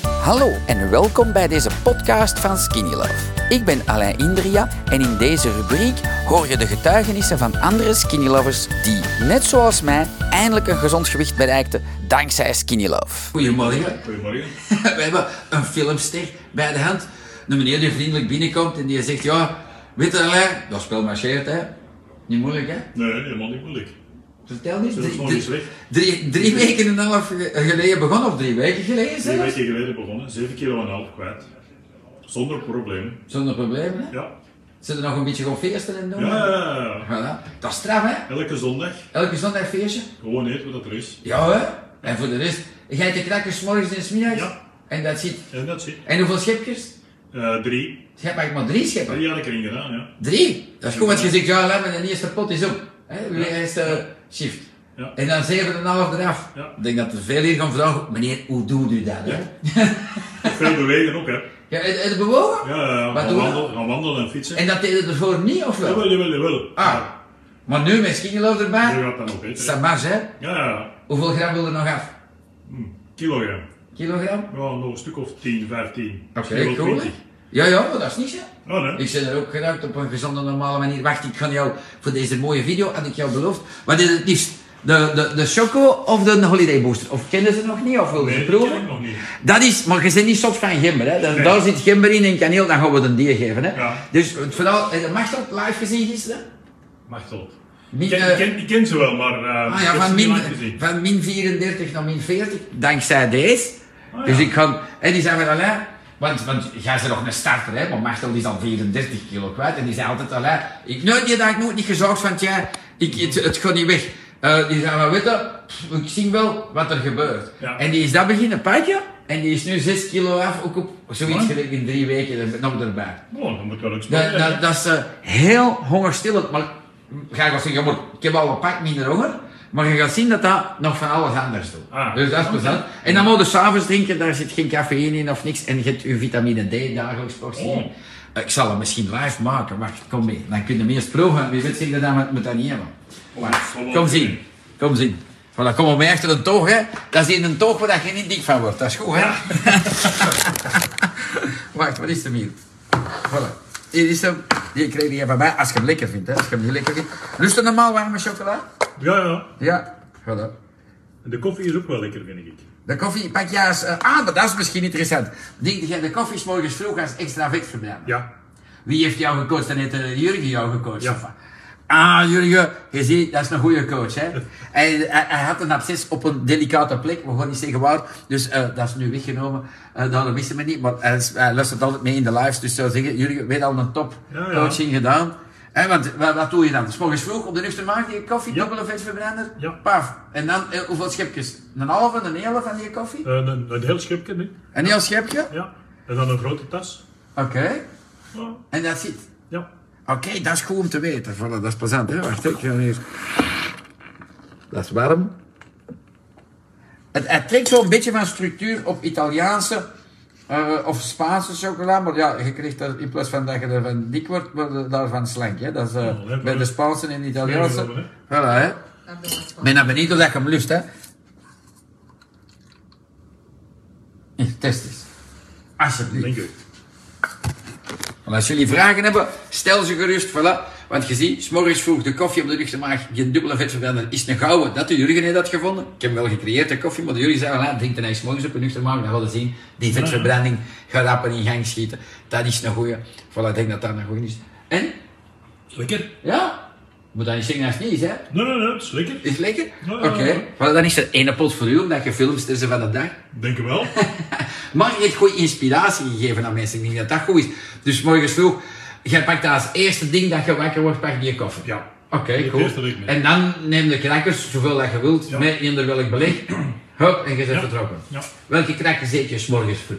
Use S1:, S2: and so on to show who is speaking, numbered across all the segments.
S1: Hallo en welkom bij deze podcast van Skinny Love. Ik ben Alain Indria en in deze rubriek hoor je de getuigenissen van andere Skinny Lovers die, net zoals mij, eindelijk een gezond gewicht bereikten dankzij Skinny Love. Goedemorgen.
S2: Goedemorgen.
S1: We hebben een filmster bij de hand. Een meneer die vriendelijk binnenkomt en die zegt, ja, weet je Alain, dat spel marcheert hè. Niet moeilijk hè.
S2: Nee, helemaal niet moeilijk.
S1: Vertel eens.
S2: Zullen we
S1: Drie,
S2: gewoon
S1: drie,
S2: eens weg?
S1: drie, drie weken en een half ge- geleden begonnen, of drie weken geleden
S2: Twee
S1: zelfs?
S2: weken geleden begonnen, 7 kilo en een half kwijt. Zonder probleem.
S1: Zonder probleem, hè?
S2: Ja.
S1: Zit er nog een beetje gewoon feesten en doen?
S2: Ja, ja, ja, ja.
S1: Voilà. Dat is straf, hè?
S2: Elke zondag
S1: Elke zondag feestje.
S2: gewoon eten wat dat er is.
S1: Ja, hè? En voor de rest, jij te krakken 's morgens en 's middags.
S2: Ja.
S1: En dat zit.
S2: En dat zit.
S1: En hoeveel schepjes?
S2: Eh drie.
S1: Schep mag ik maar drie scheppen.
S2: Drie had ik erin gedaan, ja.
S1: Drie? Dat is goed, want je zegt, ja, laat maar, de eerste pot is op. Hè? De eerste shift.
S2: Ja.
S1: En dan zeven en een half eraf.
S2: Ja.
S1: Ik denk dat er veel hier gaan vragen, meneer, hoe doet u dat? Hè?
S2: Veel bewegen ook, hè.
S1: Ja, het, het bewogen?
S2: Ja, ja, ja.
S1: Wat
S2: Gaan
S1: doen we?
S2: wandelen, gaan wandelen en fietsen.
S1: En dat deed het ervoor niet, of wel?
S2: Jawel, jawel, jawel.
S1: Ah, maar nu met skingeloof erbij,
S2: Je gaat dan nog beter. hè.
S1: Samars hè?
S2: Ja, ja, ja.
S1: Hoeveel gram wil er nog af?
S2: Kilogram.
S1: Kilogram?
S2: Ja, nog een stuk of 10, 15.
S1: Oké,
S2: misschien wel
S1: cool. hè?
S2: 20.
S1: Ja, ja, maar dat is niks hè?
S2: Oh, nee.
S1: Ik ben er ook geraakt op een gezonde, normale manier. Wacht, ik ga jou voor deze mooie video, had ik jou beloofd. Wat is het liefst? De, de, de choco of de holiday booster? Of kennen ze nog niet? Of wilden ze
S2: Nee, dat ken ik
S1: proeven?
S2: nog niet.
S1: Dat is, maar je bent niet zot van gember. Hè? Daar,
S2: Nee.
S1: daar zit gember in en kaneel, dan gaan we het een dier geven. Hè?
S2: Ja.
S1: Dus het verhaal, heb je Machtel live gezien gisteren?
S2: Mag toch.
S1: Min,
S2: Ik ken,
S1: eh,
S2: ik, ken, ik ken ze wel, maar eh
S1: Ah
S2: ik
S1: ja,
S2: heb
S1: van
S2: ze niet
S1: min,
S2: lang gezien.
S1: van min 34 naar min 40, dankzij deze.
S2: Ah,
S1: Dus
S2: ja.
S1: ik ga, en die zijn weer alleen, want, want jij bent nog een starter, hè, maar Martel die is al 34 kilo kwijt en die zei altijd alleen, ik nooit die dag ik nooit niet gezorgd, want ja, ik, het, het gaat niet weg. Eh, die zei, maar weet je, pff, ik zie wel wat er gebeurt.
S2: Ja.
S1: En die is dat beginnen pakken en die is nu 6 kilo af, ook op zoiets
S2: Mooi.
S1: gelijk in drie weken er- nog erbij.
S2: Oh, dan moet wel ook
S1: Dat,
S2: spelen.
S1: dat, dat is eh, heel hongerstillend. Maar ga je wel zeggen, maar ik heb al een pak minder honger. Maar je gaat zien dat dat nog van alles anders doet.
S2: Ah,
S1: dus dat is
S2: oké.
S1: plezant. En dan moet je s'avonds drinken, daar zit geen cafeïne in of niks. En je hebt je vitamine D dagelijks portie.
S2: Oh.
S1: Ik zal hem misschien live maken. Wacht, kom mee. Dan kun je hem eerst proeven. Wie weet zeg je dan met, met dat niet hebben.
S2: Oh,
S1: Wacht,
S2: zal wel
S1: kom zien. Kom
S2: kunnen.
S1: zien. Voilà, kom op mij achter een toog, hè. Dat is in een toog waar dat je niet dik van wordt. Dat is goed, hè. Wacht, wat is hem hier? Voilà. Hier is hem. Die kreeg je van mij, als je hem lekker vindt. Hè. Als je hem niet lekker vindt. Lust je normaal warme chocola?
S2: Ja, ja.
S1: Ja. Voilà.
S2: En de koffie is ook wel lekker, vind ik.
S1: De koffie, pak jij eens... eh, ah, maar dat is misschien interessant. Denk jij de koffie is morgens vroeg als extra vet verbreiden?
S2: Ja.
S1: Wie heeft jou gecoacht? Dan heeft eh, Jurgen jou gecoacht.
S2: Ja.
S1: of wat? Ah, Jurgen, je ziet, dat is een goede coach. Hè? Hij, hij, hij had een absces op een delicate plek, we gaan niet zeggen waar. Dus eh, dat is nu weggenomen. Eh daarom wisten we niet. Maar hij, is- hij luistert altijd mee in de lives. Dus ik zou zeggen, Jurgen, weet al een top
S2: Ja, ja.
S1: coaching gedaan. En wat, wat, wat doe je dan? 's morgens vroeg op de nuchtermaag die koffie,
S2: Ja.
S1: dubbele vetverbrander.
S2: Ja.
S1: Paf. En dan eh, hoeveel schepjes? Een halve, een hele van die koffie?
S2: Eh, Een, een, een heel schepje, hè?
S1: Een heel schepje?
S2: Ja. En dan een grote tas.
S1: Oké.
S2: Ja.
S1: En dat zit.
S2: ja.
S1: Oké, dat is goed om te weten. Voilà, dat is plezant, hè? Wacht, ik ga hier. Dat is warm. Het, het trekt zo'n beetje van structuur op Italiaanse eh, of Spaanse chocola. Maar ja, je krijgt er in plaats van dat je ervan dik wordt, word je daarvan slank. Hè? Dat is eh,
S2: hè,
S1: bij de
S2: maar-
S1: Spaanse en Italiaanse.
S2: Smerig
S1: Voilà, hè?
S3: Dan ben ik
S1: Ik ben dan benieuwd of dat je hem lust, hè? Hier, Test eens. Alsjeblieft.
S2: Denk ik.
S1: Want als jullie vragen hebben, stel ze gerust, voilà. Want je ziet, s'morgens vroeg de koffie op de nuchte maag, geen dubbele vetverbrander, is een gouden. Dat de Jurgen heeft dat gevonden. Ik heb wel gecreëerd, de koffie, maar de Jurgen zei, voilà, drink dan s'morgens op een nuchte maag, dan gaan we zien, die vetverbranding gaat rappen in gang schieten. Dat is een goeie. Voilà, ik denk dat dat een goeie is. En?
S2: Is lekker.
S1: Ja? Moet dat niet zeggen als het niet is, hè?
S2: Nee, nee, nee. Is lekker.
S1: Is het lekker?
S2: Ja,
S1: Oké.
S2: ja, ja.
S1: Voilà, dan is er één pot voor u, omdat je films tussen van de dag.
S2: Denk je wel.
S1: Maar je hebt goede inspiratie gegeven aan mensen. Ik denk dat dat goed is. Dus morgens vroeg, jij pakt als eerste ding dat je wakker wordt, pak je je koffie.
S2: ja.
S1: Oké,
S2: Het
S1: cool.
S2: eerste ding, nee.
S1: En dan neem de knakkers, zoveel dat je wilt,
S2: Ja.
S1: met eender welk beleg. Hup, en je bent
S2: Ja.
S1: vertrokken.
S2: Ja.
S1: Welke knakkers eet je 's morgens vroeg?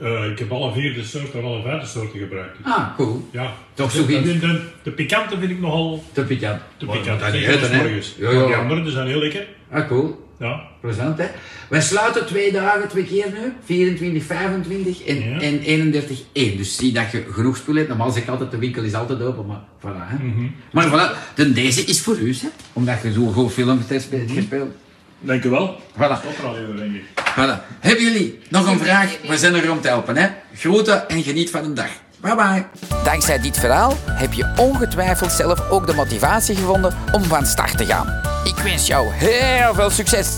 S2: Eh, ik heb alle vier de soorten of alle vijf de soorten gebruikt.
S1: Ah, cool.
S2: Ja.
S1: Toch zo
S2: de,
S1: geen-
S2: de, de, de pikante vind ik nogal
S1: Te pikant.
S2: te
S1: Maar
S2: pikant.
S1: dat
S2: Zeg,
S1: niet
S2: dat
S1: eten,
S2: is
S1: hè?
S2: morgens.
S1: Ja, ja.
S2: Maar Die anderen die zijn heel lekker.
S1: Ah, cool.
S2: Ja.
S1: Plezant, hè? Wij sluiten twee dagen, twee keer nu. 24, 25 en,
S2: Ja.
S1: en 31, 1. Dus zie dat je genoeg spullen hebt. Normaal zeg ik altijd, de winkel is altijd open, maar voilà. Hè? Maar voilà, de, deze is voor u, hè? Omdat je zo'n goed film hebt gespe- gespeeld.
S2: Denk je wel.
S1: Voilà.
S2: Stop er al even, denk ik.
S4: Voilà. Hebben jullie nog een vraag? We zijn er om te helpen. Hè? Groeten en geniet van een dag. Bye bye.
S1: Dankzij dit verhaal heb je ongetwijfeld zelf ook de motivatie gevonden om van start te gaan. Ik wens jou heel veel succes!